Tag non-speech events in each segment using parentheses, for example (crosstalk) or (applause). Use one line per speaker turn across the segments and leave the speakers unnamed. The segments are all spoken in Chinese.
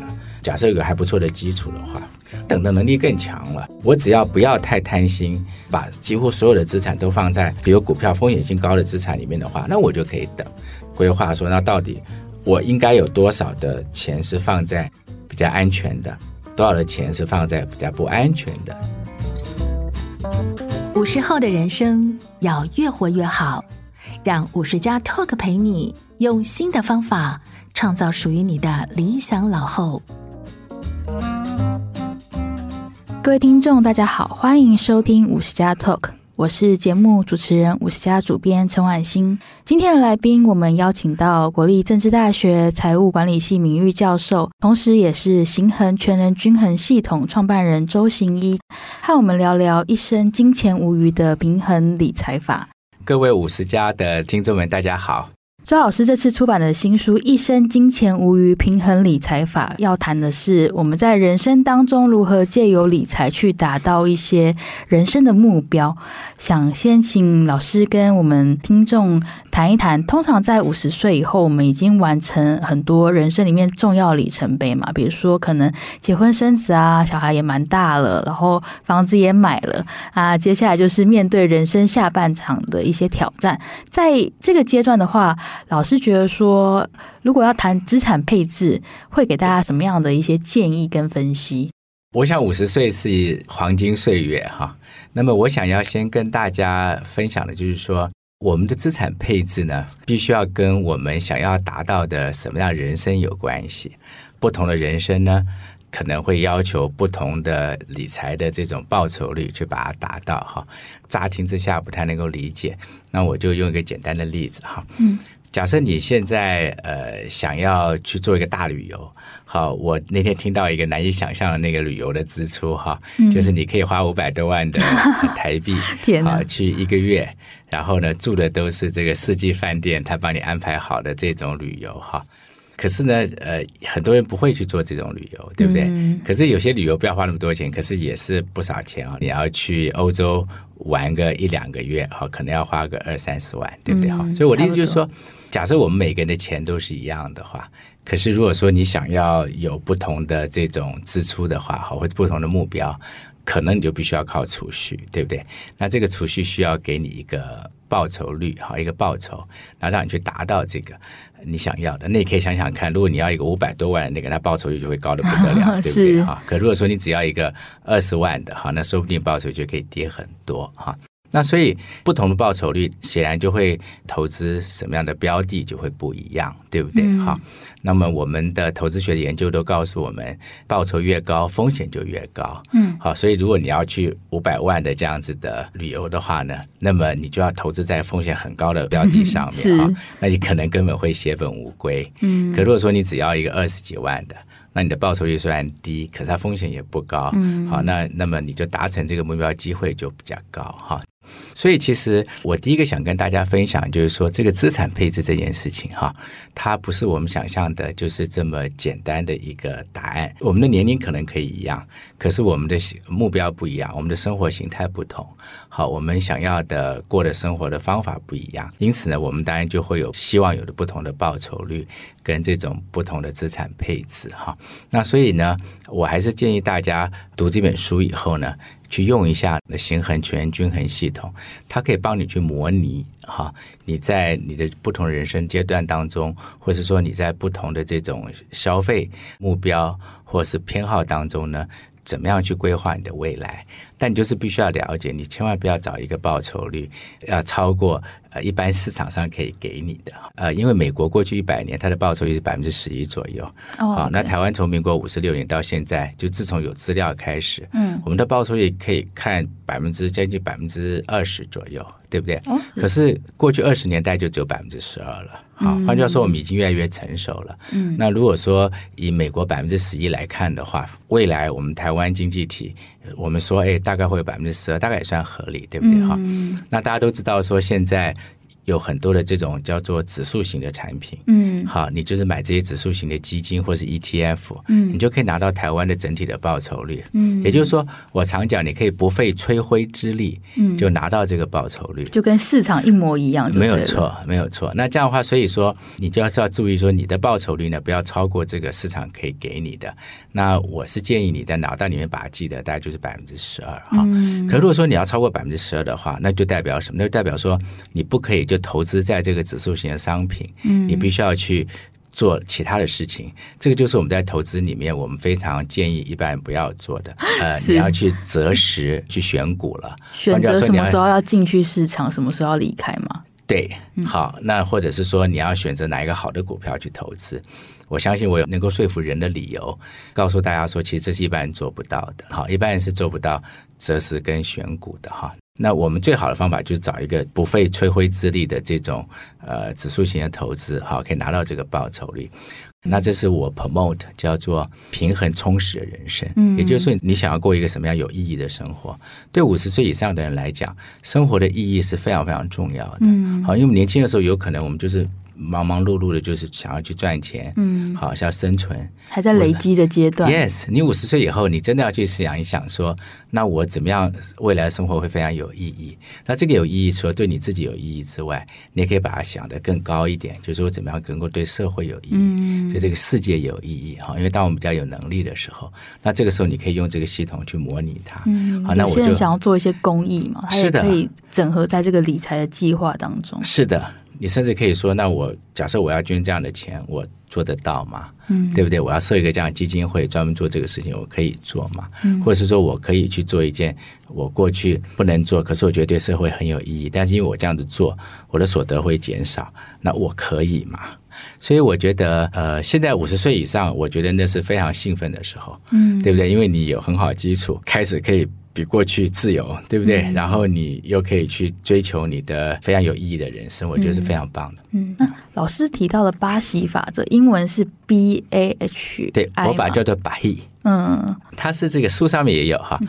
了，假设有个还不错的基础的话，等的能力更强了，我只要不要太贪心，把几乎所有的资产都放在比如股票风险性高的资产里面的话，那我就可以等规划说，那到底我应该有多少的钱是放在比较安全的，多少的钱是放在比较不安全的？
五十后的人生要越活越好，让五十加 Talk 陪你用新的方法创造属于你的理想老后。
各位听众，大家好，欢迎收听五十加 Talk，我是节目主持人五十加主编陈婉欣。今天的来宾，我们邀请到国立政治大学财务管理系名誉教授，同时也是行衡全人均衡系统创办人周行一，和我们聊聊一生金钱无余的平衡理财法。
各位五十家的听众们，大家好。
周老师这次出版的新书《一生金钱无余平衡理财法》，要谈的是我们在人生当中如何借由理财去达到一些人生的目标。想先请老师跟我们听众谈一谈，通常在五十岁以后，我们已经完成很多人生里面重要里程碑嘛，比如说可能结婚生子啊，小孩也蛮大了，然后房子也买了啊，接下来就是面对人生下半场的一些挑战。在这个阶段的话，老师觉得说，如果要谈资产配置，会给大家什么样的一些建议跟分析？
我想五十岁是黄金岁月哈，那么我想要先跟大家分享的就是说，我们的资产配置呢，必须要跟我们想要达到的什么样的人生有关系。不同的人生呢，可能会要求不同的理财的这种报酬率去把它达到哈。乍听之下不太能够理解，那我就用一个简单的例子哈。嗯，假设你现在呃想要去做一个大旅游，好，我那天听到一个难以想象的那个旅游的支出哈，就是你可以花五百多万的台币，
嗯 (laughs) 天哪
啊，去一个月，然后呢住的都是这个四季饭店，他帮你安排好的这种旅游哈。可是呢，呃，很多人不会去做这种旅游，对不对？
嗯
可是有些旅游不要花那么多钱，可是也是不少钱啊、你要去欧洲玩个一两个月，哈、可能要花个二三十万，对不对？哈、
嗯
所以我的意思就是
差
说，假设我们每个人的钱都是一样的话，可是如果说你想要有不同的这种支出的话，哈，或者不同的目标，可能你就必须要靠储蓄，对不对？那这个储蓄需要给你一个报酬率，哈，一个报酬，然后让你去达到这个你想要的。那你可以想想看，如果你要一个五百多万的那个，那报酬率就会高的不得
(laughs)
了，对不对？
是
哈，可如果说你只要一个二十万的，哈，那说不定报酬就可以跌很多，哈。那所以不同的报酬率，显然就会投资什么样的标的就会不一样，对不对？
嗯
哈、那么我们的投资学的研究都告诉我们，报酬越高，风险就越高。
嗯，
好，所以如果你要去五百万的这样子的旅游的话呢，那么你就要投资在风险很高的标的上
嗯是
面啊、那你可能根本会血本无归。
嗯，
可如果说你只要一个二十几万的，那你的报酬率虽然低，可是它风险也不高。
嗯
好，那那么你就达成这个目标机会就比较高哈。所以其实我第一个想跟大家分享，就是说这个资产配置这件事情哈，它不是我们想象的，就是这么简单的一个答案。我们的年龄可能可以一样，可是我们的目标不一样，我们的生活形态不同，好，我们想要的过的生活的方法不一样，因此呢，我们当然就会有希望有的不同的报酬率跟这种不同的资产配置哈。那所以呢，我还是建议大家读这本书以后呢，去用一下行衡权均衡系统，它可以帮你去模拟哈，你在你的不同人生阶段当中，或是说你在不同的这种消费目标或是偏好当中呢，怎么样去规划你的未来。但你就是必须要了解，你千万不要找一个报酬率要超过呃一般市场上可以给你的。呃，因为美国过去一百年它的报酬率是百分之十一左右。
哦
好、那
OK
台湾从民国五十六年到现在，就自从有资料开始，
嗯
我们的报酬率可以看百分之将近百分之二十左右，对不对？
哦
可是过去二十年代就只有百分之十二了。好，换句话说，我们已经越来越成熟了。
嗯，
那如果说以美国百分之十一来看的话，未来我们台湾经济体，呃我们说，哎，大概会有百分之十二，大概也算合理，对不对？哈、
嗯
那大家都知道说，现在有很多的这种叫做指数型的产品，
嗯
好，你就是买这些指数型的基金或是 ETF，
嗯
你就可以拿到台湾的整体的报酬率。
嗯
也就是说，我常讲，你可以不费吹灰之力，
嗯
就拿到这个报酬率。
就跟市场一模一样，就
没有
对了，
错，没有错。那这样的话，所以说你就要是要注意说你的报酬率呢，不要超过这个市场可以给你的。那我是建议你在脑袋里面把它记得，大概就是百分之十二哈。
嗯
可如果说你要超过百分之十二的话，那就代表什么？那就代表说你不可以就投资在这个指数型的商品，嗯，你必须要去。做其他的事情，这个就是我们在投资里面我们非常建议一般人不要做的。
(laughs)
呃，
是
你要去择时去选股了，
选
换句话
择
说
什
你
么
要
时候要进去市场，什么时候要离开嘛。
对，好，那或者是说你要选择哪一个好的股票去投资，我相信我有能够说服人的理由，告诉大家说，其实这是一般人做不到的，好，一般人是做不到择时跟选股的哈。那我们最好的方法就是找一个不费吹灰之力的这种呃指数型的投资，哈，可以拿到这个报酬率。那这是我 promote 叫做平衡充实的人生，
嗯
也就是说，你想要过一个什么样有意义的生活？对五十岁以上的人来讲，生活的意义是非常非常重要的。
嗯
好，因为我们年轻的时候有可能我们就是忙忙碌碌的，就是想要去赚钱，
嗯，
好想要生存。
还在累积的阶段。
Yes，你五十岁以后，你真的要去想一想说，那我怎么样未来的生活会非常有意义？那这个有意义，除了对你自己有意义之外，你也可以把它想得更高一点，就是我怎么样能够对社会有意义，
嗯
对这个世界有意义哈。因为当我们比较有能力的时候，那这个时候你可以用这个系统去模拟它。
嗯，
好，那
有
我
些人
就
想要做一些公益嘛，他也
是的
可以整合在这个理财的计划当中。
是的，你甚至可以说，那我假设我要捐这样的钱，我做得到吗？
嗯，
对不对？我要设一个这样的基金会，专门做这个事情，我可以做吗？或者是说我可以去做一件我过去不能做，可是我觉得对社会很有意义，但是因为我这样子做，我的所得会减少，那我可以吗？所以我觉得，呃，现在五十岁以上，我觉得那是非常兴奋的时候，
嗯，
对不对？因为你有很好的基础，开始可以比过去自由，对不对？
嗯
然后你又可以去追求你的非常有意义的人生，我觉得是非常棒的。
嗯，那老师提到的巴西法则，英文是 B A H，
对我把它叫做百亿。
嗯
它是这个书上面也有哈，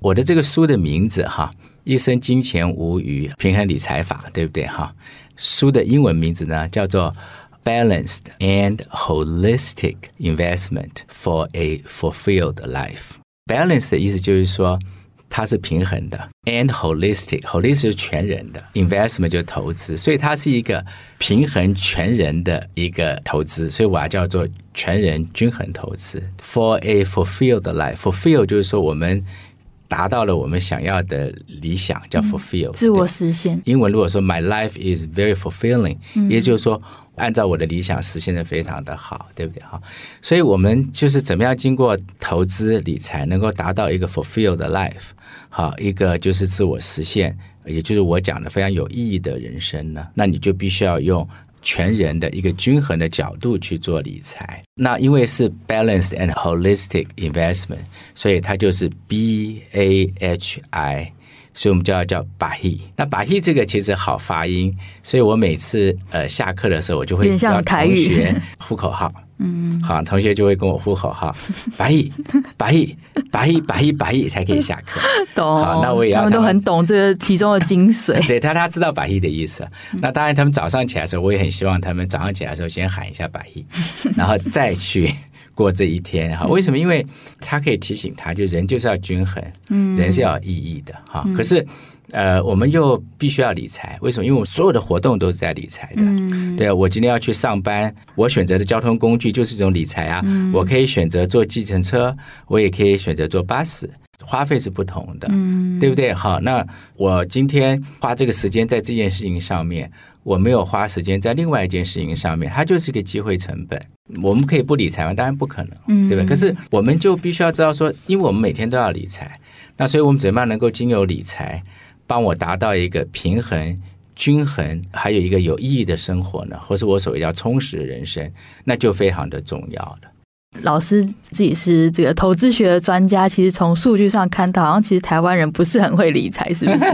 我的这个书的名字哈，《一生金钱无余平衡理财法》，对不对哈？书的英文名字呢叫做《Balanced and Holistic Investment for a Fulfilled Life》。Balance 的意思就是说它是平衡的，and holistic，holistic 是全人的，investment 就是投资，所以它是一个平衡全人的一个投资，所以我要叫做全人均衡投资，for a fulfilled life，fulfill 就是说我们达到了我们想要的理想，叫 fulfill，、
嗯自我
对
实现。
英文如果说 My life is very fulfilling，、也就是说，按照我的理想实现的非常的好，对不对哈？所以我们就是怎么样经过投资理财，能够达到一个 fulfilled life，好，一个就是自我实现，也就是我讲的非常有意义的人生呢，那你就必须要用。全人的一个均衡的角度去做理财，那因为是 balanced and holistic investment，所以它就是 B A H I 所以我们就要叫把戏。那把戏这个其实好发音，所以我每次呃下课的时候，我就
有
会
点像
让
台
同
语
学呼口号。嗯，好，同学就会跟我呼口号，把戏，把戏，把戏，把戏，把戏，才可以下课。
(laughs) 懂，
好那我也要
他们都
他们
很懂这个其中的精髓。
对，他他知道把戏的意思。那当然，他们早上起来的时候，我也很希望他们早上起来的时候先喊一下把戏，然 (laughs) 后再去过这一天哈。为什么？因为他可以提醒他，就人就是要均衡，嗯，人是要有意义的哈。可是。呃，我们又必须要理财，为什么？因为我们所有的活动都是在理财的。嗯、对啊，我今天要去上班，我选择的交通工具就是一种理财啊。我可以选择坐计程车，我也可以选择坐巴士，花费是不同的。对不对？好，那我今天花这个时间在这件事情上面，我没有花时间在另外一件事情上面，它就是一个机会成本。我们可以不理财吗？当然不可能，
嗯
对吧？可是我们就必须要知道说，因为我们每天都要理财，那所以我们怎么样能够经由理财帮我达到一个平衡、均衡，还有一个有意义的生活呢？或是我所谓叫充实的人生，那就非常的重要了。
老师自己是这个投资学的专家，其实从数据上看到，好像其实台湾人不是很会理财，是不
(laughs)
是？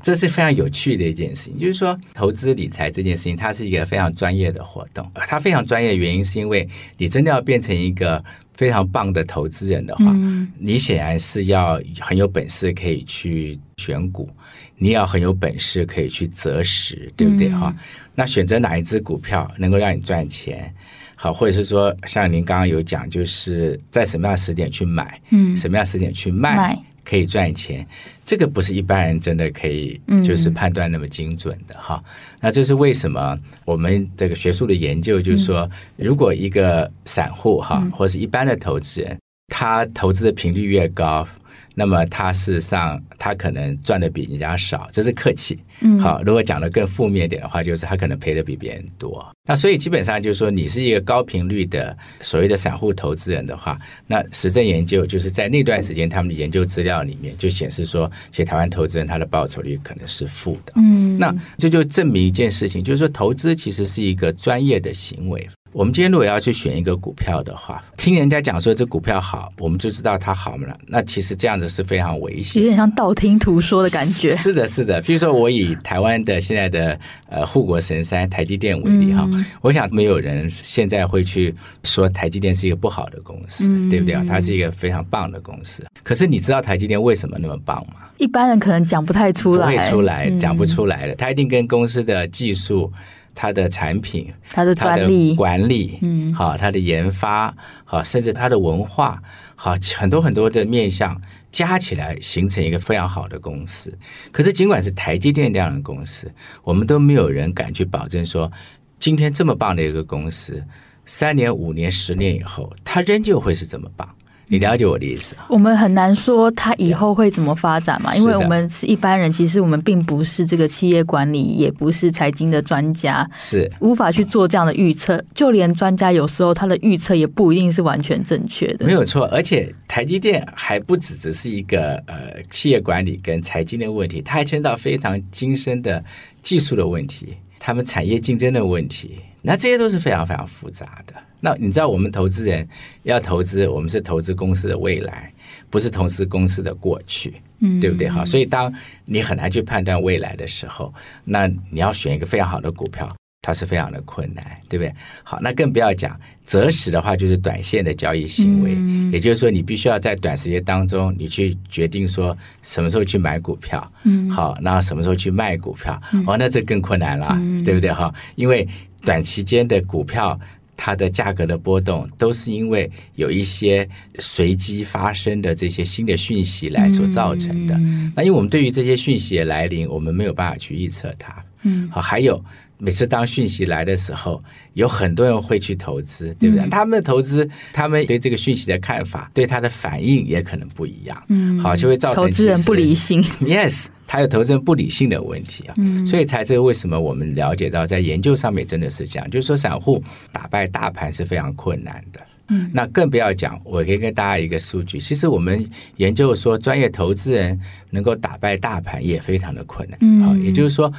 这是非常有趣的一件事情，就是说投资理财这件事情，它是一个非常专业的活动。呃它非常专业的原因是因为你真的要变成一个非常棒的投资人的话，
嗯
你显然是要很有本事可以去选股，你要很有本事可以去择时，对不对
嗯
哈、那选择哪一只股票能够让你赚钱，好，或者是说像您刚刚有讲，就是在什么样的时点去买，
嗯
什么样的时点去卖，
卖
可以赚钱，这个不是一般人真的可以
嗯，
就是判断那么精准的哈。那这是为什么我们这个学术的研究就是
嗯
说，如果一个散户哈，或是一般的投资人，他投资的频率越高。那么他事实上，他可能赚的比人家少，这是客气。
嗯
好，如果讲的更负面一点的话，就是他可能赔的比别人多。那所以基本上就是说，你是一个高频率的所谓的散户投资人的话，那实证研究就是在那段时间他们的研究资料里面就显示说，其实台湾投资人他的报酬率可能是负的。
嗯
那这就证明一件事情，就是说投资其实是一个专业的行为。我们今天如果要去选一个股票的话，听人家讲说这股票好，我们就知道它好嘛。那其实这样子是非常危险
有
的。
点像道听途说的感觉
(laughs) 是。是的，是的。譬如说，我以台湾的现在的呃护国神山台积电为例
嗯
哈、我想没有人现在会去说台积电是一个不好的公司，
嗯
对不对啊？它是一个非常棒的公司。可是你知道台积电为什么那么棒吗？
一般人可能讲不太出来，
不会出来，
嗯
讲不出来的。它一定跟公司的技术、它的产品、
他的
它
专
的
利。
管理，
嗯
好，它的研发，好，甚至它的文化，好，很多很多的面向加起来，形成一个非常好的公司。可是，尽管是台积电这样的公司，我们都没有人敢去保证说，今天这么棒的一个公司，三年、五年、十年以后，它仍旧会是这么棒。你了解我的意思啊？
我们很难说他以后会怎么发展嘛，因为我们是一般人，其实我们并不是这个企业管理，也不是财经的专家，
是，
无法去做这样的预测。就连专家有时候他的预测也不一定是完全正确的。
没有错，而且台积电还不只只是一个呃企业管理跟财经的问题，它还牵到非常精深的技术的问题，他们产业竞争的问题，那这些都是非常非常复杂的。那你知道，我们投资人要投资，我们是投资公司的未来，不是投资公司的过去，嗯，对不对？哈，所以当你很难去判断未来的时候，那你要选一个非常好的股票，它是非常的困难，对不对？好，那更不要讲择时的话，就是短线的交易行为，也就是说，你必须要在短时间当中，你去决定说什么时候去买股票，嗯，好，那什么时候去卖股票，
嗯
哦，那这更困难了，对不对哈？因为短期间的股票。它的价格的波动都是因为有一些随机发生的这些新的讯息来所造成的。
嗯
那因为我们对于这些讯息的来临，我们没有办法去预测它。嗯，好，还有每次当讯息来的时候，有很多人会去投资，对不
嗯
对？他们的投资，他们对这个讯息的看法，对它的反应也可能不一样。嗯，好，就会造成
投资人
其实
不理性，
Yes，他有投资人不理性的问题啊，所以才是为什么我们了解到，在研究上面真的是这样，就是说散户打败大盘是非常困难的。嗯，那更不要讲，我可以跟大家一个数据，其实我们研究说，专业投资人能够打败大盘也非常的困难。嗯，也就是说。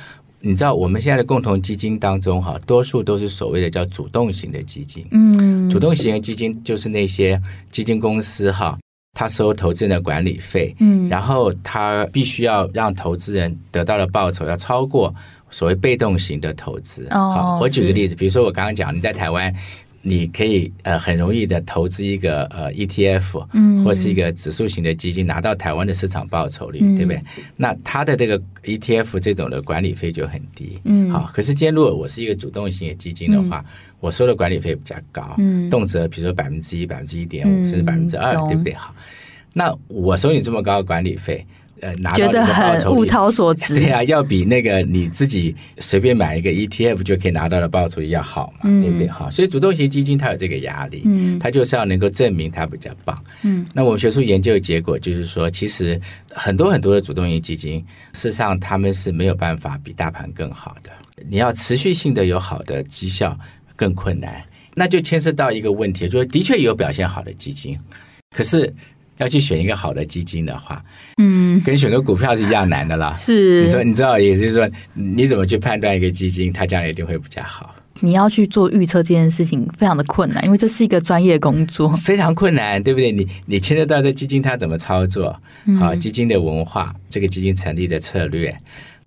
你知道我们现在的共同基金当中，哈，多数都是所谓的叫主动型的基金。
嗯，
主动型的基金就是那些基金公司哈，它收投资人的管理费，
嗯
然后它必须要让投资人得到的报酬要超过所谓被动型的投资。
哦
好，我举个
是
例子，比如说我刚刚讲你在台湾。你可以呃很容易的投资一个呃 ETF，
嗯
或是一个指数型的基金，拿到台湾的市场报酬率，
嗯
对不对？那它的这个 ETF 这种的管理费就很低，
嗯
好。可是今天如果我是一个主动型的基金的话，我收的管理费比较高，
嗯
动辄比如说百分之一、百分之一点五，
嗯
甚至百分之二，
懂
对不对？好，那我收你这么高的管理费，呃拿
觉
到
得
你的报
很
酬
物
里
超所值。
对啊，要比那个你自己随便买一个 ETF 就可以拿到的报酬率要好嘛，
嗯
对不对？好，所以主动型基金它有这个压力，
嗯
它就是要能够证明它比较棒。
嗯，
那我们学术研究的结果就是说，其实很多很多的主动型基金，事实上他们是没有办法比大盘更好的。你要持续性的有好的绩效更困难，那就牵涉到一个问题，就是的确有表现好的基金，可是要去选一个好的基金的话，
嗯，
跟选个股票是一样难的啦。
是
你说，你知道，也就是说，你怎么去判断一个基金，它将来一定会比较好？
你要去做预测这件事情非常的困难，因为这是一个专业工作。 (laughs)
非常困难，对不对？你你牵涉到这基金它怎么操作，
嗯
啊，基金的文化，这个基金成立的策略，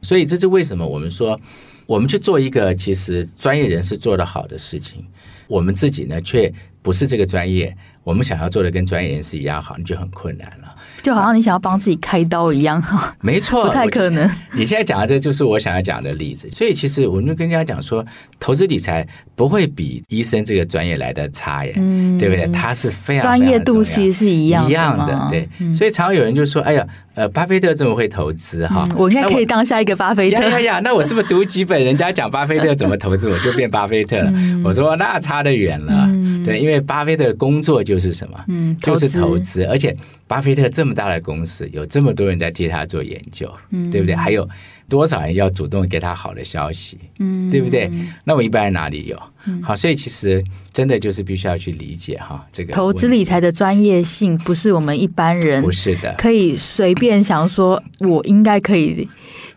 所以这是为什么我们说，我们去做一个其实专业人士做得好的事情，我们自己呢却不是这个专业，我们想要做的跟专业人士一样好，你就很困难了。
就好像你想要帮自己开刀一样，
没错，
不太
(laughs) 我
可能。
你现在讲的这就是我想要讲的例子，所以其实我们就跟人家讲说，投资理财不会比医生这个专业来的差耶，
嗯
对不对？它是非常
专业度其实
是
是一
一
样
样
嘛
的，
嗯
对。所以常有人就说：“哎呀，呃，巴菲特这么会投资哈、
嗯我应该
那
可以当下一个巴菲特
呀。呀呀！那我是不是读几本人家讲巴菲特怎么投资，我就变巴菲特了？
嗯
我说那差得远了，对，因为巴菲特的工作就是什么？
嗯
就是
投
投
资
资。而且巴菲特这么大的公司，有这么多人在替他做研究，
嗯
对不对？还有多少人要主动给他好的消息，
嗯
对不对？那我一般哪里有？好，所以其实真的就是必须要去理解哈，这个
(laughs) 投资
问题
理财的专业性不是我们一般人
不是的，
可以随便想说，我应该可以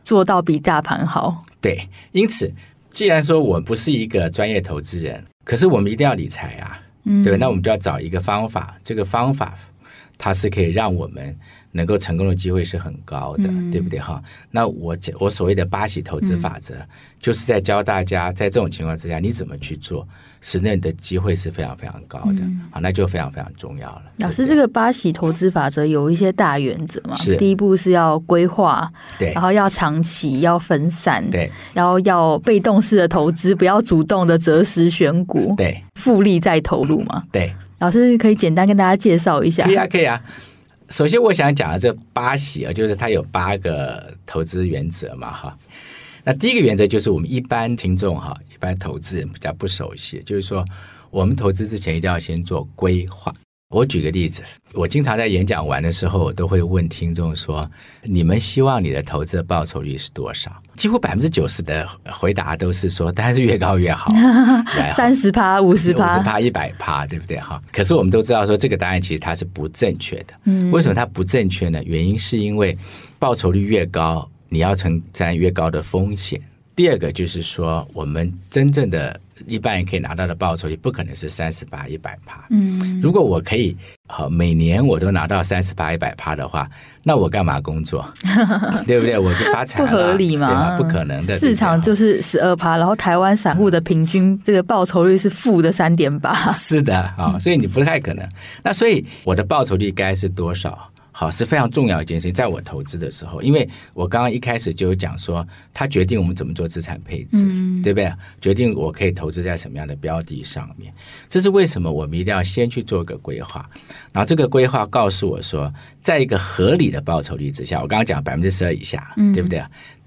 做到比大盘好。
对，因此，既然说我不是一个专业投资人，可是我们一定要理财啊，
嗯
对吧，那我们就要找一个方法，这个方法它是可以让我们能够成功的机会是很高的，
嗯
对不对哈？那我讲我所谓的八喜投资法则，就是在教大家在这种情况之下你怎么去做，使得你的机会是非常非常高的，好，那就非常非常重要了。
嗯老师，
对
这个八喜投资法则有一些大原则嘛？
是
第一步是要规划，
不对
然后要长期，要分散，
对
然后要被动式的投资，不要主动的择时选股，
对
复利再投入嘛。
对
老师可以简单跟大家介绍一下
可。以啊，可以啊。首先，我想讲的这八喜啊，就是它有八个投资原则嘛，哈。那第一个原则就是我们一般听众哈，一般投资人比较不熟悉，就是说我们投资之前一定要先做规划。我举个例子，我经常在演讲完的时候，我都会问听众说：“你们希望你的投资的报酬率是多少？”几乎百分之九十的回答都是说：“当然是越高越好。来”哈
三十趴、五十
啊五十
趴，
趴、一百趴，对不对哈？可是我们都知道说这个答案其实它是不正确的。
嗯
为什么它不正确呢？原因是因为报酬率越高，你要承担越高的风险。第二个就是说，我们真正的一般人可以拿到的报酬率，不可能是三十八、一百趴。
嗯，
如果我可以，好每年我都拿到三十八、一百趴的话，那我干嘛工作？ (laughs) 对不对？我就发财
不
了，
合理
对吧
嘛？
不可能的。对
市
不对
场就是十二趴，然后台湾散户的平均这个报酬率是负的三点八， (laughs)
是的啊、所以你不太可能。那所以我的报酬率该是多少？好，是非常重要一件事情，在我投资的时候，因为我刚刚一开始就有讲说，它决定我们怎么做资产配置，对不对？决定我可以投资在什么样的标的上面，这是为什么我们一定要先去做个规划，然后这个规划告诉我说，在一个合理的报酬率之下，我刚刚讲百分之十二以下，对不对？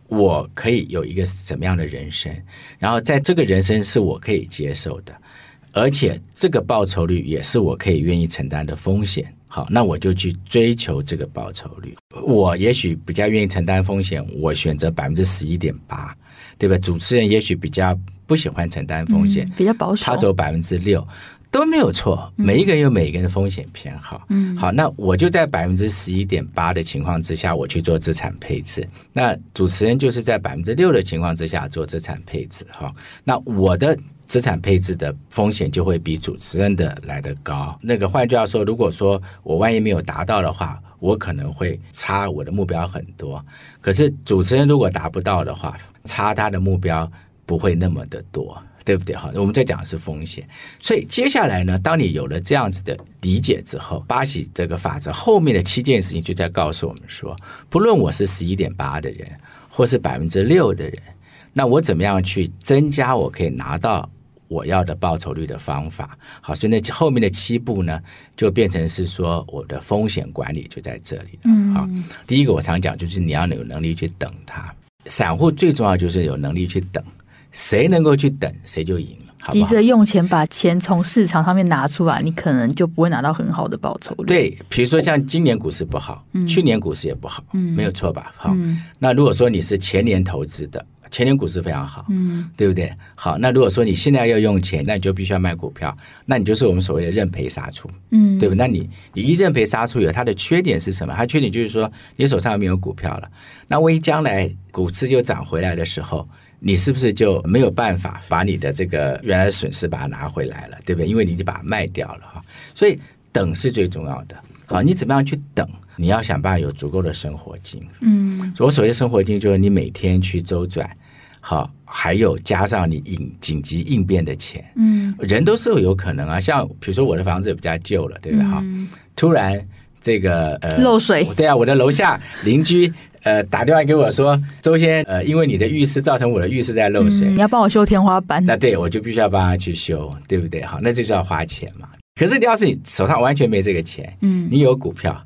我可以有一个什么样的人生，然后在这个人生是我可以接受的，而且这个报酬率也是我可以愿意承担的风险。好，那我就去追求这个报酬率。我也许比较愿意承担风险，我选择百分之十一点八，对吧？主持人也许比较不喜欢承担风险，
嗯比较保守嗯
他。走百分之六都没有错，每一个人有每一个人的风险偏好。嗯，好，那我就在百分之十一点八的情况之下，我去做资产配置。那主持人就是在百分之六的情况之下做资产配置。哈，那我的。资产配置的风险就会比主持人的来得高。那个换句话说，如果说我万一没有达到的话，我可能会差我的目标很多。可是主持人如果达不到的话，差他的目标不会那么的多，对不对？哈，我们在讲的是风险，所以接下来呢，当你有了这样子的理解之后，巴西这个法则后面的七件事情就在告诉我们说，不论我是十一点八的人，或是百分之六的人，那我怎么样去增加我可以拿到我要的报酬率的方法。好，所以那后面的七步呢，就变成是说我的风险管理就在这里了。好，第一个我常讲就是你要有能力去等它，散户最重要就是有能力去等，谁能够去等谁就赢了，好不
急
好？
着用钱把钱从市场上面拿出来，你可能就不会拿到很好的报酬率。，
对，嗯比如说像今年股市不好，去年股市也不好，没有错吧？好，那如果说你是前年投资的，前年股市非常好，嗯，对不对？好，那如果说你现在要用钱，那你就必须要卖股票，那你就是我们所谓的认赔杀出，
嗯，
对吧？那你你一认赔杀出有它的缺点是什么？它缺点就是说你手上没有股票了，那万一将来股市又涨回来的时候。你是不是就没有办法把你的这个原来的损失把它拿回来了，对不对？因为你已经把它卖掉了哈，所以等是最重要的。好，你怎么样去等？你要想办法有足够的生活金。
嗯，
我所谓的生活金就是你每天去周转，好，还有加上你应紧急应变的钱。
嗯，
人都是有可能啊，像比如说我的房子比较旧了，对不对？哈、突然这个呃
嗯漏水
对啊，我的楼下邻居呃打电话给我说，周先呃，因为你的浴室造成我的浴室在漏水，
嗯你要帮我修天花板，
(laughs) 那对我就必须要帮他去修，对不对？好，那就是要花钱嘛。可是你要是你手上完全没这个钱，
嗯，
你有股票，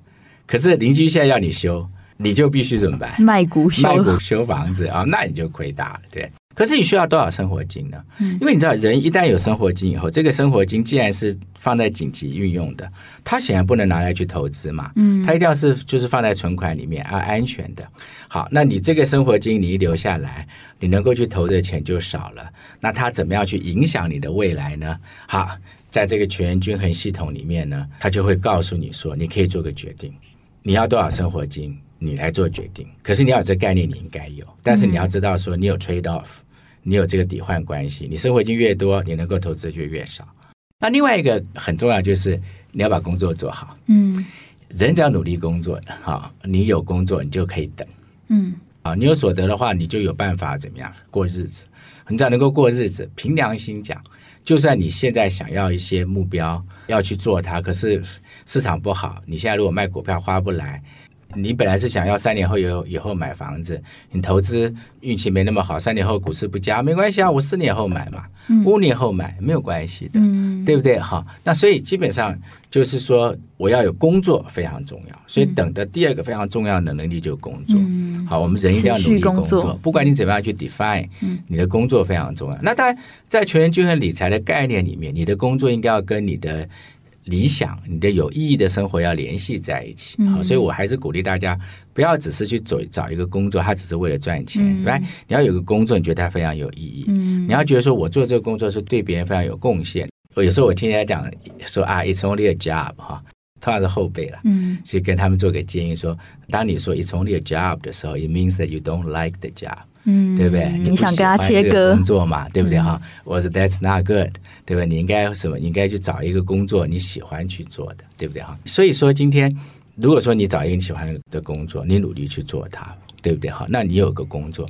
可是邻居现在要你修，你就必须怎么办？
嗯卖股修
卖股修房子啊，那你就亏大了，对。可是你需要多少生活金呢？因为你知道，人一旦有生活金以后，这个生活金既然是放在紧急运用的，它显然不能拿来去投资嘛，嗯，它一定要是就是放在存款里面啊，安全的。好，那你这个生活金你一留下来，你能够去投的钱就少了，那它怎么样去影响你的未来呢？好，在这个全均衡系统里面呢，它就会告诉你说，你可以做个决定。你要多少生活金，你来做决定。可是你要有这概念，你应该有，但是你要知道说你有 trade off，、你有这个抵换关系，你生活金越多，你能够投资就越少。那另外一个很重要就是你要把工作做好，
嗯
人只要努力工作，哈、你有工作你就可以等。
嗯
啊，你有所得的话，你就有办法怎么样过日子。你只要能够过日子，凭良心讲，就算你现在想要一些目标要去做它，可是市场不好，你现在如果卖股票花不来，你本来是想要三年后以后以后买房子，你投资运气没那么好，三年后股市不佳，没关系啊，我四年后买嘛，五年后买没有关系的。
嗯
对不对？好，那所以基本上就是说，我要有工作非常重要，所以等的第二个非常重要的能力就是工作。
嗯
好，我们人一定要努
持
力
续工
工
作嗯
作，不管你怎么样去 define，、你的工作非常重要。那当然，在全员均衡理财的概念里面，你的工作应该要跟你的理想、你的有意义的生活要联系在一
嗯
起。好，所以我还是鼓励大家不要只是去走找一个工作，它只是为了赚钱。来、你要有个工作，你觉得它非常有意义。
嗯
你要觉得说我做这个工作是对别人非常有贡献。有时候我听人家讲说啊，it's only a job 哈，通常是后辈了。
嗯
所以跟他们做个建议说，当你说 it's only a job 的时候，it means that you don't like the job，、
嗯
对不对？
你想
不喜
跟他
欢
切
这个
割嗯
工，作嘛，对不对哈？我说 that's not good，对吧？你应该什么？你应该去找一个工作你喜欢去做的，对不对哈？所以说今天，如果说你找一个你喜欢的工作，你努力去做它，对不对哈？那你有个工作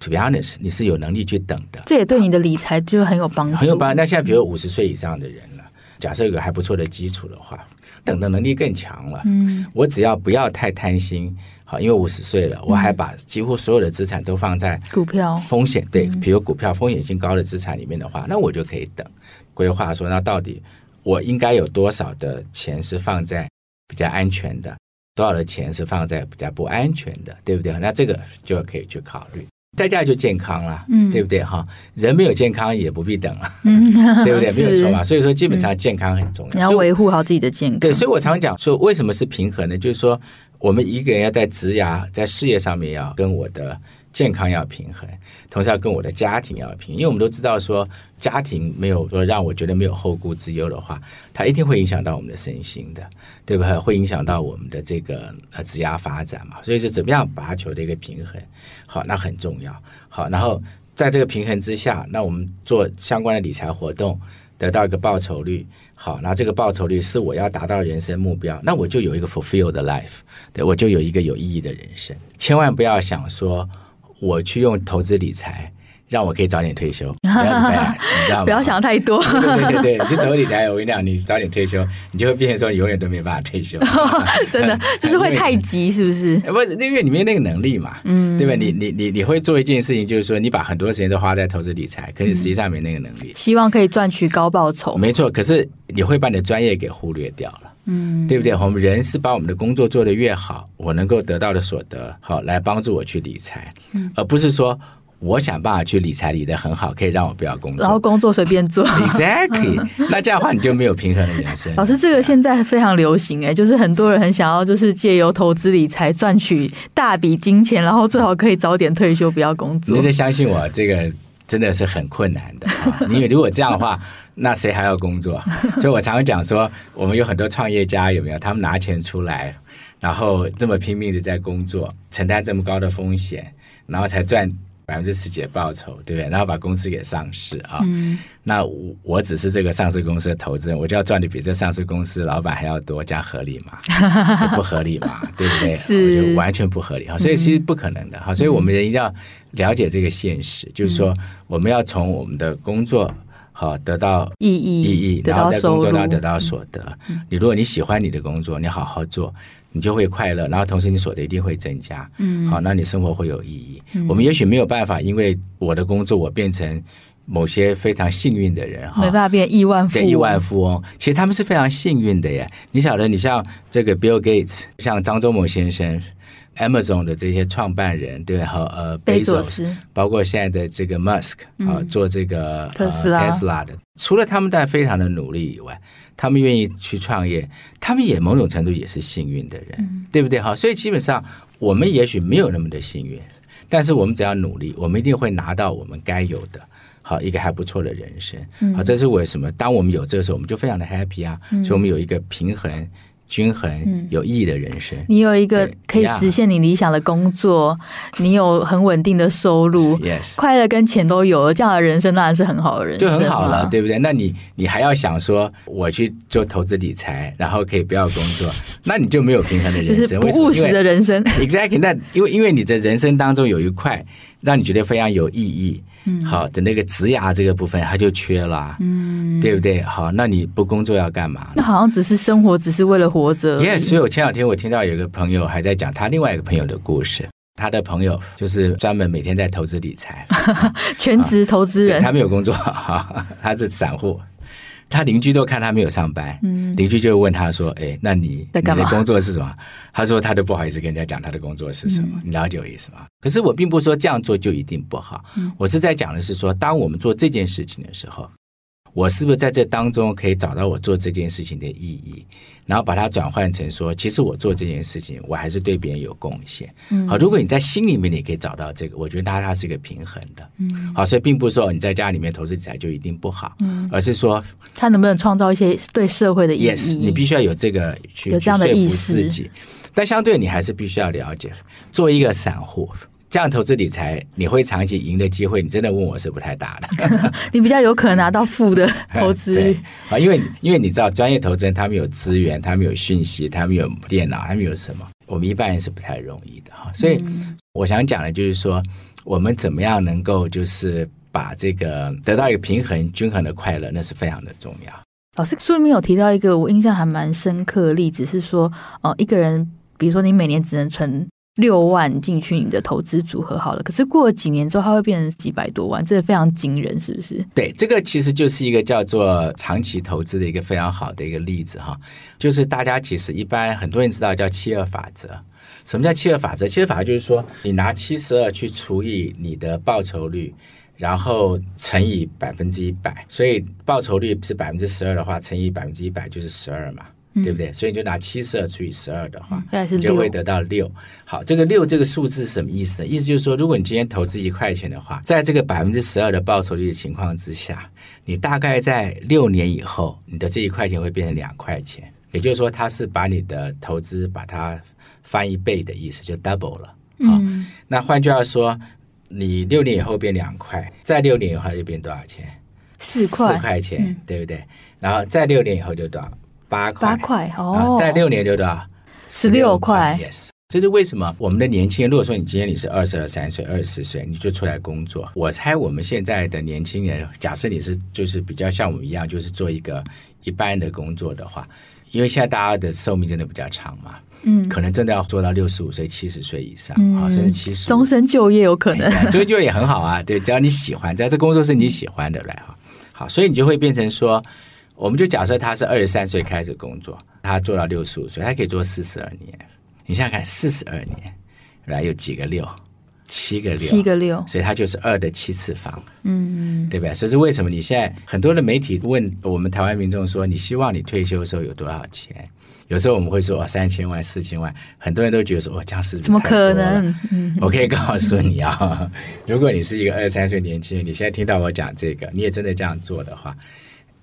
，to be honest，你是有能力去等的。
这也对你的理财就很有帮助，
很有帮助。那现在比如五十岁以上的人了，假设有个还不错的基础的话，等的能力更强了。嗯，我只要不要太贪心，好，因为五十岁了，我还把几乎所有的资产都放在
嗯股票，嗯
风险对，比如股票风险性高的资产里面的话，那我就可以等规划说，那到底我应该有多少的钱是放在比较安全的，多少的钱是放在比较不安全的，对不对？那这个就可以去考虑。再加上就健康啦，
嗯
对不对哈？人没有健康也不必等了，
嗯，
(laughs) 对不对？没有
是嗯
错嘛。所以说，基本上健康很重要。
你要
所以我
维护好自己的健康，
对，所以我常讲说，为什么是平衡呢？就是说，我们一个人要在职涯、在事业上面要跟我的健康要平衡，同时要跟我的家庭要平衡，因为我们都知道说，家庭没有说让我觉得没有后顾之忧的话，它一定会影响到我们的身心的，对吧？会影响到我们的这个呃职涯发展嘛。所以是怎么样把它求的一个平衡，好，那很重要。好，然后在这个平衡之下，那我们做相关的理财活动。得到一个报酬率，好，那这个报酬率是我要达到的人生目标，那我就有一个 fulfilled life，对我就有一个有意义的人生。千万不要想说我去用投资理财让我可以早点退休，不要怎么样，你知道吗？
不要想太多。 (laughs)
对对对，对，你去投理财，我跟你讲，你早点退休，你就会变成说你永远都没办法退休，
真的就是会太急，是不是？
不是因为你没那个能力嘛，嗯，对吧？你你你你会做一件事情，就是说你把很多时间都花在投资理财，可是实际上没那个能力。
希望可以赚取高报酬。
没错，可是你会把你的专业给忽略掉了。嗯，对不对？我们人是把我们的工作做得越好，我能够得到的所得，好来帮助我去理财，而不是说我想办法去理财理得很好，可以让我不要工
然后
作。
工作随便做。
Exactly，那这样的话你就没有平衡的人生。
老师，这个现在非常流行哎、就是很多人很想要，就是借由投资理财赚取大笔金钱，然后最好可以早点退休，不要工作
你。得相信我，这个真的是很困难的、啊。 (laughs) 因为如果这样的话，那谁还要工
(laughs)
作？所以我常常讲说，我们有很多创业家有没有？他们拿钱出来，然后这么拼命的在工作，承担这么高的风险，然后才赚。百分之十几的报酬，对不对？然后把公司给上市啊。
嗯
那我我只是这个上市公司的投资人，我就要赚的比这上市公司老板还要多，这样合理吗？
(laughs)
这不合理嘛，对不对？
是
我就完全不合理啊！
嗯
所以其实不可能的哈、所以我们人一定要了解这个现实，就是说
嗯
我们要从我们的工作好得到
意义
意义，
得
然后
到
在
收
工
入嗯
作，上得到所得。你如果你喜欢你的工作，你好好做，你就会快乐，然后同时你所得一定会增加。嗯，好，那你生活会有意义。
嗯
我们也许没有办法，因为我的工作我变成某些非常幸运的人哈，
没办法变亿万富
对
翁，
亿万富翁，其实他们是非常幸运的耶。你晓得，你像这个 Bill Gates，像张忠谋先生，Amazon 的这些创办人，对吧，和呃
贝
Bezos，
佐斯嗯
包括现在的这个 Musk 啊、做这个
特斯拉
呃、Tesla 的，除了他们在非常的努力以外，他们愿意去创业，他们也某种程度也是幸运的人，
嗯
对不对？好，所以基本上我们也许没有那么的幸运，但是我们只要努力，我们一定会拿到我们该有的。好，一个还不错的人生，
嗯
好，这是为什么？当我们有这个时候，我们就非常的 happy 啊，所以我们有一个平衡、均
嗯
衡、有意义的人生。
你有一个
对啊
可以实现你理想的工作，你有很稳定的
(laughs)
收入，
Yes，
快乐跟钱都有了，这样的人生当然是很好的人
就
生，啊
很好了，。对不对？那你你还要想说，我去做投资理财，然后可以不要工作，那你就没有平衡的
就
人
是
生，
不
为什么
务实的。人生，
因为 (laughs) exactly，那因为因为你的人生当中有一块让你觉得非常有意义，嗯，好的那个职涯这个部分它就缺了啊，嗯，对不对？好，那你不工作要干嘛
(laughs) 那
呢？
好像只是生活，只是为了活着而
(laughs)
已。
Yes，所以我前两天我听到有一个朋友还在讲他另外一个朋友的故事，他的朋友就是专门每天在投资理财，
全职投资
(laughs) 啊对
人
他没有工作， (laughs) 他是散户。他邻居都看他没有上班，邻居就问他说：“哎，那你
在
你
干嘛
的工作是什么？”他说：“他都不好意思跟人家讲他的工作是什么。
嗯
你了解我意思吗？可是我并不是说这样做就一定不好，
嗯
我是在讲的是说，当我们做这件事情的时候，我是不是在这当中可以找到我做这件事情的意义，然后把它转换成说，其实我做这件事情，我还是对别人有贡献。
嗯
好，如果你在心里面你可以找到这个，我觉得它它是一个平衡的。
嗯
好，所以并不是说你在家里面投资理财就一定不好，而是说
他能不能创造一些对社会的意义
yes，你必须要有这个去
有这样的
去说服
意识
自己，但相对你还是必须要了解，做一个散户。这样投资理财，你会长期赢的机会，你真的问我是不太
(laughs)
大的。
你比较有可能拿到负
(laughs)
的投资
哎对
率。
啊，因为因为你知道，专业投资人他们有资源，他们有讯息，他们有电脑，他们有什么，我们一般人是不太容易的哈。所以
嗯
我想讲的就是说，我们怎么样能够就是把这个得到一个平衡、均衡的快乐，那是非常的重要。
老师书里面有提到一个我印象还蛮深刻的例子，是说，呃，一个人，比如说你每年只能存六万进去你的投资组合好了，可是过了几年之后，它会变成几百多万，这非常惊人，是不是？
对，这个其实就是一个叫做长期投资的一个非常好的一个例子哈，就是大家其实一般很多人知道叫七二法则。什么叫七二法则？七二法则就是说，你拿七十二去除以你的报酬率，然后乘以百分之一百，所以报酬率是百分之十二的话，乘以百分之一百就是十二嘛，对不对？所以你就拿七十二除以十二的话，
嗯大概是
你就
六
会得到六。好，这个六这个数字是什么意思呢？意思就是说，如果你今天投资一块钱的话，在这个百分之十二的报酬率的情况之下，你大概在六年以后，你的这一块钱会变成两块钱，也就是说，它是把你的投资把它翻一倍的意思，就 double 了。好，那换句话说，你六年以后变两块，再六年以后就变多少钱？
四块
四块钱，对不对？然后再六年以后就多少？八块，
八块
然
哦
后，再六年就多少？
十六块
16，yes。这是为什么我们的年轻人，如果说你今天你是二十二三岁、二十岁，你就出来工作，我猜我们现在的年轻人，假设你是就是比较像我们一样，就是做一个一般的工作的话，因为现在大家的寿命真的比较长嘛，
嗯，
可能真的要做到六十五岁、七十岁以上
嗯
啊，甚至七十
终身就业有可能。
(laughs) 对追究也很好啊，对，只要你喜欢，只要这工作是你喜欢的来哈。好，所以你就会变成说，我们就假设他是二十三岁开始工作，他做到六十五岁，他可以做四十二年。你想想看，四十二年来有几个六？七个六，
七个六
所以它就是二的七次方。
嗯，
对吧？所以是为什么你现在很多的媒体问我们台湾民众说，你希望你退休的时候有多少钱？有时候我们会说哦，三千万、四千万，很多人都觉得说哦，这样是不是
怎么
太多了
可能？嗯，
我可以告诉你啊， (laughs) 如果你是一个二十三岁年轻人，你现在听到我讲这个，你也真的这样做的话，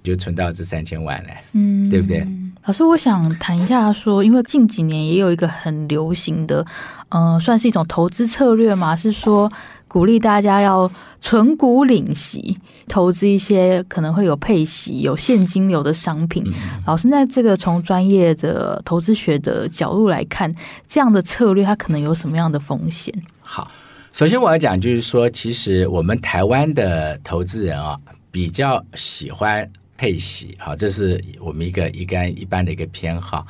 你就存到这三千万来，
嗯
对不对？
老师，我想谈一下说，因为近几年也有一个很流行的，嗯、算是一种投资策略嘛，是说鼓励大家要存股领息，投资一些可能会有配息、有现金流的商品。老师，那这个从专业的投资学的角度来看，这样的策略它可能有什么样的风险？
好，首先我要讲就是说，其实我们台湾的投资人啊，比较喜欢配息，好，这是我们一个一个一般的一个偏好。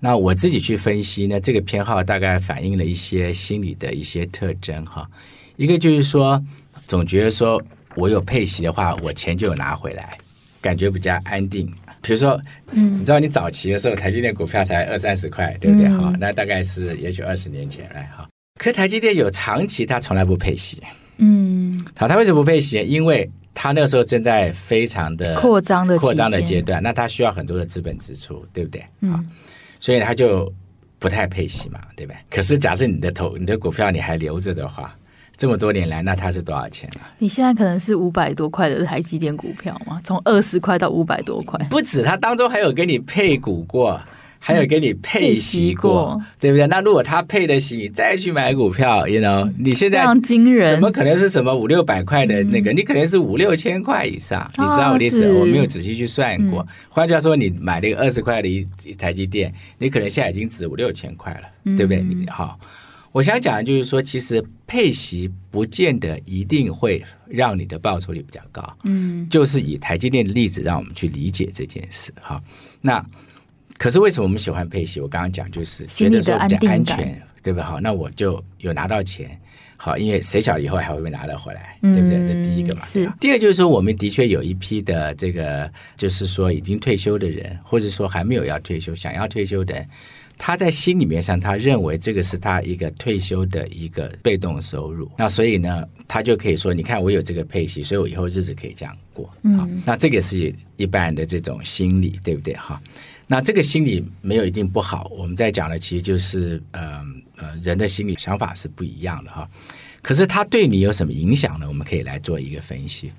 那我自己去分析呢，这个偏好大概反映了一些心理的一些特征哈。一个就是说，总觉得说我有配息的话，我钱就有拿回来，感觉比较安定。比如说，嗯，你知道你早期的时候，台积电股票才二三十块，对不对？
嗯
哈、那大概是也许二十年前来哈。可台积电有长期它从来不配息，
嗯，
好，它为什么不配息？因为它那个时候正在非常的
扩张的期
扩张的阶
间，
段，那它需要很多的资本支出，对不对？
嗯
好，所以它就不太配息嘛，对吧？可是假设你的投你的股票你还留着的话，这么多年来，那它是多少钱啊？
你现在可能是五百多块的台积电股票嘛，从二十块到五百多块，
不止，它当中还有给你配股过，还有给你配息
嗯配息
过
过，
对不对？那如果它配的息，你再去买股票，you know，你现
嗯非
在
常惊人。嗯
怎么可能是什么五六百块的那个？你可能是五六千块以上，你知道我的意思？
哦是嗯
我没有仔细去算过。换句话说，你买那个二十块的一一台积电，你可能现在已经值五六千块
嗯
了，对不对？你好，我想讲的就是说，其实配息不见得一定会让你的报酬率比较高。
嗯
就是以台积电的例子，让我们去理解这件事哈。那可是为什么我们喜欢配息？我刚刚讲就是觉得说比较
心里
安
的安定
全，对吧？好，那我就有拿到钱，好，因为谁晓得以后还会不会拿得回来，
嗯
对不对？这第一个嘛。
是
对吧第二就是说，我们的确有一批的这个，就是说已经退休的人，或者说还没有要退休、想要退休的人。他在心里面上，他认为这个是他一个退休的一个被动收入，那所以呢，他就可以说，你看我有这个配息，所以我以后日子可以这样过。好，那这个是一般人的这种心理，对不对？哈，那这个心理没有一定不好，我们在讲的其实就是，嗯呃人的心理想法是不一样的哈。可是它对你有什么影响呢？我们可以来做一个分析。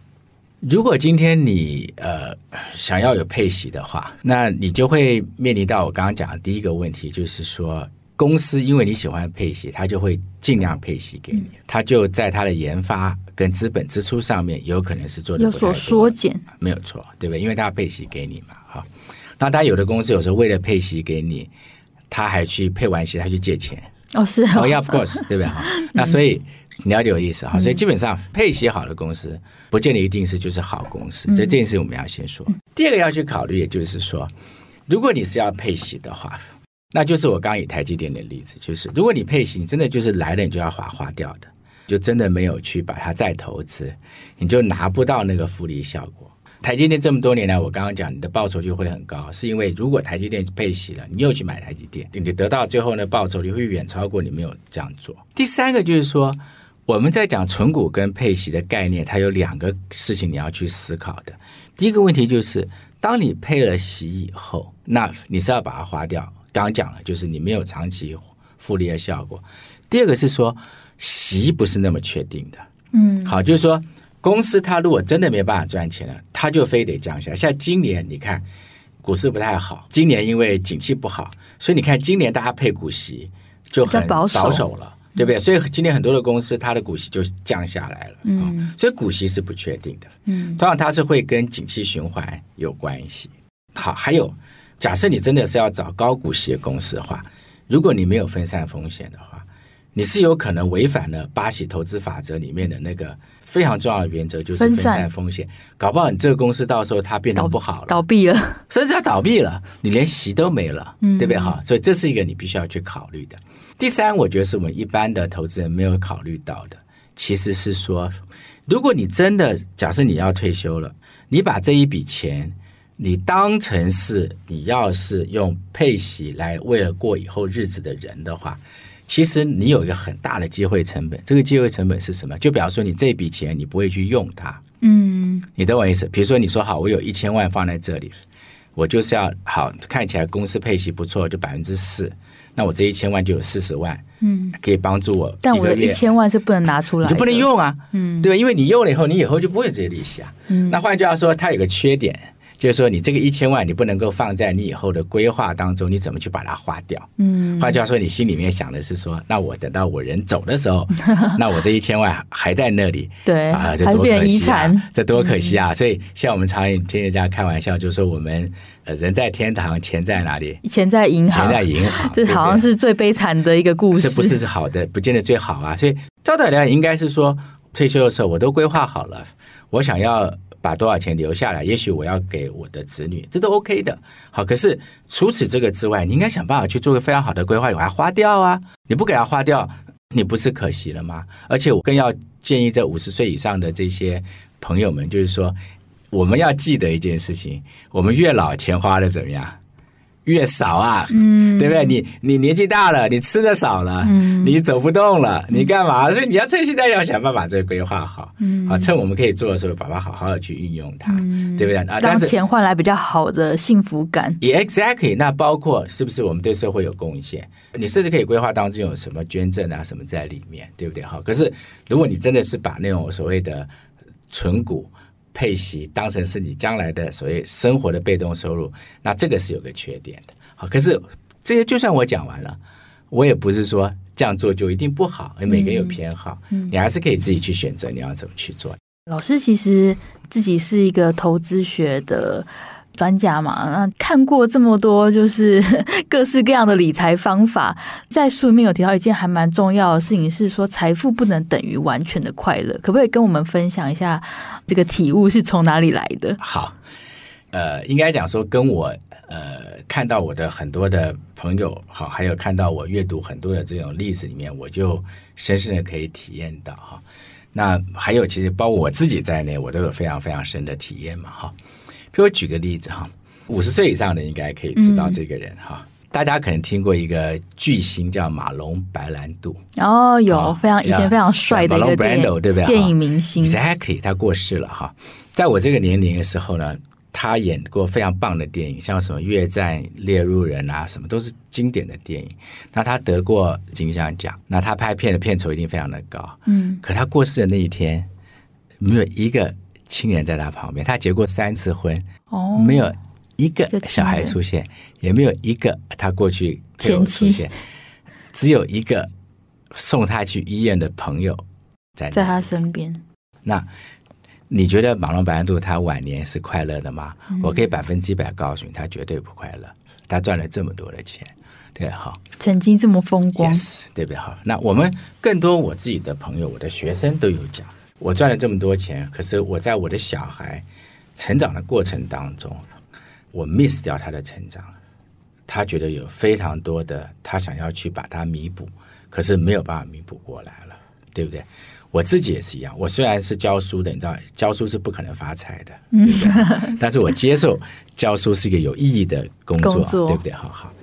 如果今天你呃想要有配息的话，那你就会面临到我刚刚讲的第一个问题，就是说公司因为你喜欢配息，它就会尽量配息给
嗯
你，它就在它的研发跟资本支出上面有可能是做的
有所缩减，
没有错，对不对？因为它配息给你嘛，哈。那当然有的公司有时候为了配息给你，他还去配完息，他去借钱，
哦，是
哦、
哦
y e a h of course，对不对？哈，那所以你了解我的意思哈，所以基本上配息好的公司，不见得一定是就是好公司，这这件事我们要先说。第二个要去考虑，也就是说，如果你是要配息的话，那就是我刚刚以台积电的例子，就是如果你配息，你真的就是来了你就要花花掉的，就真的没有去把它再投资，你就拿不到那个复利效果。台积电这么多年来，我刚刚讲你的报酬率会很高，是因为如果台积电配息了，你又去买台积电，你得到最后呢报酬率会远超过你没有这样做。第三个就是说，我们在讲存股跟配息的概念，它有两个事情你要去思考的。第一个问题就是，当你配了息以后，那你是要把它花掉。刚刚讲了，就是你没有长期复利的效果。第二个是说，息不是那么确定的。
嗯，
好，就是说公司它如果真的没办法赚钱了，它就非得降下来。像今年你看股市不太好，今年因为景气不好，所以你看今年大家配股息就
比
很
较保
保
守
守了。对不对？所以今年很多的公司，它的股息就降下来了。嗯、所以股息是不确定的。
嗯，
通常它是会跟景气循环有关系。好，还有，假设你真的是要找高股息的公司的话，如果你没有分散风险的话，你是有可能违反了巴西投资法则里面的那个非常重要的原则，就是分
分散
散风险。搞不好你这个公司到时候它变得不好了，
倒闭了，
甚至要倒闭了，你连席都没了，
嗯
对不对哈？所以这是一个你必须要去考虑的。第三，我觉得是我们一般的投资人没有考虑到的，其实是说，如果你真的假设你要退休了，你把这一笔钱，你当成是你要是用配息来为了过以后日子的人的话。其实你有一个很大的机会成本，这个机会成本是什么？就比方说你这笔钱你不会去用它，
嗯，
你懂我意思？比如说，你说好，我有一千万放在这里，我就是要好看起来公司配息不错，就百分之四，那我这一千万就有四十万，
嗯，
可以帮助我。
但我的
一
一
个月
千万是不能拿出来，
你就不能，用啊，
嗯，
对吧？因为你用了以后，你以后就不会有这些利息啊。
嗯
那换句话说，它有个缺点，就是说你这个一千万你不能够放在你以后的规划当中，你怎么去把它花掉？
嗯，
换句话说，你心里面想的是说，那我等到我人走的时
(laughs)
候，那我这一千万还在那里，
对
啊，这
还
多
变
可
遗
惜啊
产，嗯
这多可惜啊！所以像我们常听人家开玩笑，就说我们呃人在天堂，钱在哪里？
钱在银行，
钱在银行，
(laughs) 这
对不
好像
对
是最悲惨的一个故
这
事，
不是是好的，不见得最好啊。所以照道理来讲应该是说，退休的时候我都规划好了，我想要把多少钱留下来，也许我要给我的子女，这都 OK 的。好，可是除此这个之外，你应该想办法去做个非常好的规划，把它花掉啊。你不给它花掉，你不是可惜了吗？而且我更要建议这五十岁以上的这些朋友们，就是说，我们要记得一件事情：我们越老钱花的怎么样？越少啊，
嗯，
对不对？你你年纪大了，你吃的少了，
嗯
你走不动了，你干嘛？所以你要趁现在要想办法把这个规划好，
嗯
啊，趁我们可以做的时候，把它好好的去运用它，
嗯
对不对啊？
让
但是
钱换来比较好的幸福感，
也 exactly，那包括是不是我们对社会有贡献？你甚至可以规划当中有什么捐赠啊什么在里面，对不对？哈，可是如果你真的是把那种所谓的存股配息当成是你将来的所谓生活的被动收入，那这个是有个缺点的。好，可是这些就算我讲完了，我也不是说这样做就一定不好，因为每个人有偏好，
嗯
你还是可以自己去选择你要怎么去做。
老师其实自己是一个投资学的专家嘛，那看过这么多就是 (laughs) 各式各样的理财方法，在书里面有提到一件还蛮重要的事情，是说财富不能等于完全的快乐，可不可以跟我们分享一下这个体悟是从哪里来的？
好，呃，应该讲说跟我呃看到我的很多的朋友，好，还有看到我阅读很多的这种例子里面，我就深深的可以体验到哈。那还有其实包括我自己在内，我都有非常非常深的体验嘛哈。比如我举个例子哈，五十岁以上的应该可以知道这个人哈。大家可能听过一个巨星叫马龙白兰度，
然后有
哦
非常以前
呀
非常帅的一
Marlon
个电
Brando，对不对哦
电影明星，
Exactly，他过世了哈。在我这个年龄的时候呢，他演过非常棒的电影，像什么《越战猎鹿人》啊，什么都是经典的电影。那他得过金像奖，那他拍片的片酬一定非常的高。
嗯，
可他过世的那一天，没有一个亲人在他旁边。他结过三次婚，
哦，
没有一个
就亲人
小孩出现，也没有一个他过去配偶
前妻
出现，只有一个送他去医院的朋友在那
在
里
他身边，
那你觉得马龙白兰度他晚年是快乐的吗？我可以百分之百告诉你，他绝对不快乐。他赚了这么多的钱，对，好
曾经这么风光，
，yes，对不对？好，那我们更多我自己的朋友，我的学生都有讲，我赚了这么多钱，可是我在我的小孩成长的过程当中，我 miss 掉他的成长了。他觉得有非常多的他想要去把它弥补，可是没有办法弥补过来了，对不对？我自己也是一样，我虽然是教书的，你知道，教书是不可能发财的，对不
(laughs)
对？但是我接受教书是一个有意义的工作，
工作
对不对？好好。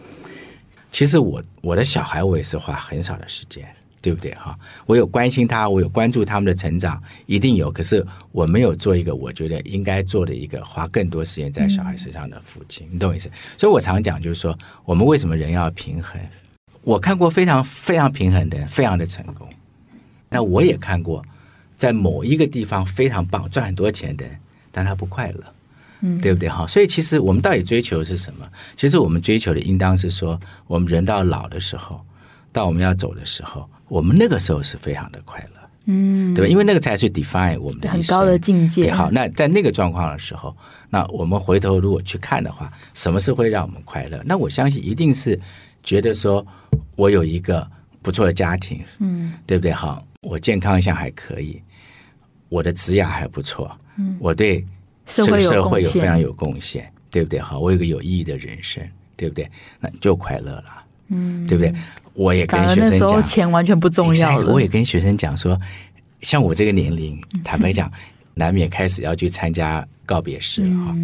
其实我我的小孩，我也是花很少的时间，对不对？哈，我有关心他，我有关注他们的成长，一定有。可是我没有做一个我觉得应该做的一个花更多时间在小孩身上的父亲，你懂我意思？所以我常讲就是说，我们为什么人要平衡？我看过非常非常平衡的人，非常的成功。那我也看过，在某一个地方非常棒，赚很多钱的人，但他不快乐，嗯，对不对？哈，所以其实我们到底追求的是什么？其实我们追求的应当是说，我们人到老的时候，到我们要走的时候，我们那个时候是非常的快乐，
嗯，
对吧？因为那个才是 define 我们的
很
一生
高的境界，
对好，那在那个状况的时候，那我们回头如果去看的话，什么是会让我们快乐？那我相信一定是觉得说我有一个不错的家庭，
嗯
对不对？好，我健康一下还可以，我的职业还不错，
嗯，
我对
社
这个
会有
社
贡
会有非常
献，
有贡献，对不对？好，我有个有意义的人生，对不对？那就快乐了，
嗯，
对不对？我也跟
反而
学
那
生
时候
讲，
钱完全不重要
Exactly，我
了，
也跟学生讲说，像我这个年龄，坦白讲，难免开始要去参加告别式了
嗯
哈。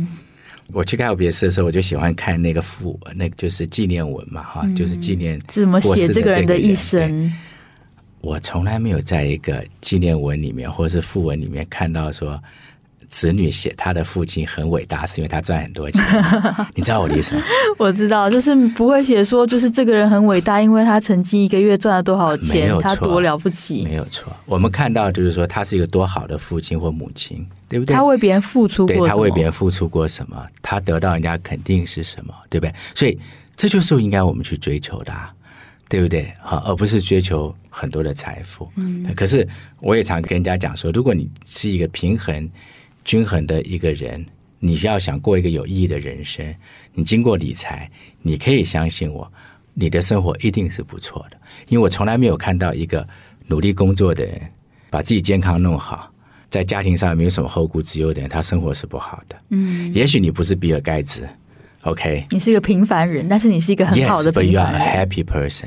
我去告别式的时候，我就喜欢看那个副，那个就是纪念文嘛，哈、就是纪念
嗯怎么
过世
写这
个
个人的一
对
生？
我从来没有在一个纪念文里面或是副文里面看到说子女写他的父亲很伟大，是因为他赚很多
(laughs)
钱。你知道我的意思吗？
我知道，就是不会写说，就是这个人很伟大，因为他曾经一个月赚了多少
没
钱，
有
他
错
多了不起
没，有错，我们看到就是说他是一个多好的父亲或母亲，对不对？
他为别人付出
对
过什么，
他为别人付出过什么，他得到人家肯定是什么，对不对？所以这就是应该我们去追求的、啊，对不对？好，而不是追求很多的财富。嗯，可是我也常跟人家讲说，如果你是一个平衡、均衡的一个人，你要想过一个有意义的人生，你经过理财，你可以相信我，你的生活一定是不错的。因为我从来没有看到一个努力工作的人，把自己健康弄好，在家庭上没有什么后顾之忧的人，他生活是不好的。嗯，也许你不是比尔盖茨，OK，
你是一个平凡人，但是你是一个很好的
Yes, but
平
you are
凡
a
人。
happy person.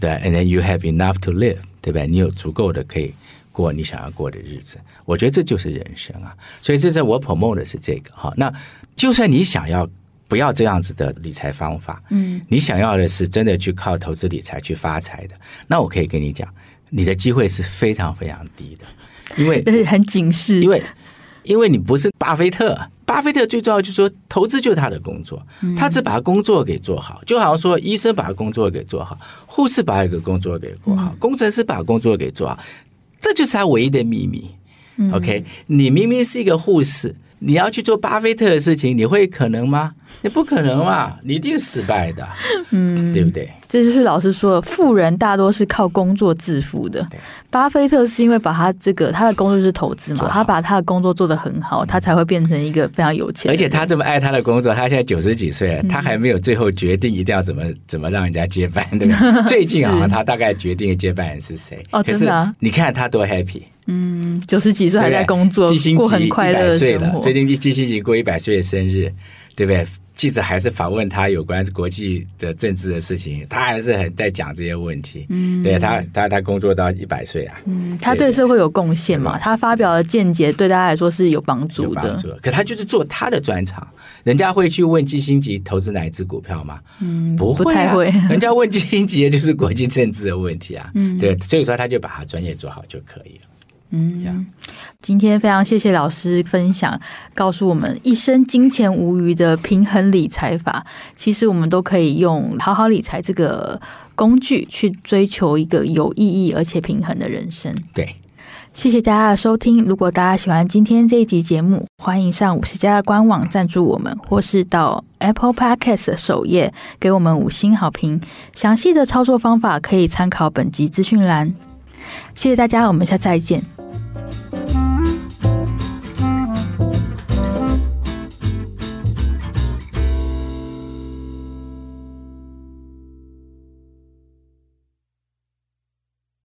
对，and then you have enough to live，对吧？你有足够的可以过你想要过的日子。我觉得这就是人生啊。所以这是我 promote 的是这个哈。那就算你想要不要这样子的理财方法，嗯，你想要的是真的去靠投资理财去发财的，那我可以跟你讲，你的机会是非常非常低的，因为
而且很警示，
因为因为你不是巴菲特，巴菲特最重要就是说，投资就是他的工作，他只把工作给做好，就好像说医生把工作给做好，护士把一个工作给做好，工程师把工作给做好，这就是他唯一的秘密。OK，你明明是一个护士。你要去做巴菲特的事情，你会可能吗？你不可能嘛，你一定失败的，嗯，对不对？
这就是老师说的，富人大多是靠工作致富的
对。
巴菲特是因为把他这个他的工作就是投资
做
嘛，
好
他把他的工作做得很好，他才会变成一个非常有钱
而
的人。
且他这么爱他的工作，他现在九十几岁了，
嗯
他还没有最后决定一定要怎么怎么让人家接班，对
(laughs)
吧？最近好像他大概决定接班人是谁。
哦
可
真
是
的啊
你看他多 happy，
嗯，九十几岁
对
还
不
在
对？
工作
季，星
过
级
很
一
快乐
百
的
岁
生
了
活，。
最近季星级过一百岁的生日，对不对？记者还是访问他有关国际的政治的事情，他还是很在讲这些问题。嗯，对他，他他工作到一百岁啊，
嗯他对社会有贡献嘛，
对
他发表的见解对大家来说是有帮
有
助
帮
的。
助。可他就是做他的专长，人家会去问基辛级投资哪一只股票吗？嗯，不会、啊，
不太会
人家问基辛级的就是国际政治的问题啊。嗯，对，所以说他就把他专业做好就可以了。
嗯，今天非常谢谢老师分享，告诉我们一生金钱无余的平衡理财法。其实我们都可以用好好理财这个工具去追求一个有意义而且平衡的人生。
对，
谢谢大家的收听。如果大家喜欢今天这一集节目，欢迎上五十家的官网赞助我们，或是到 Apple Podcast 的首页给我们五星好评。详细的操作方法可以参考本集资讯栏。谢谢大家，我们下次再见。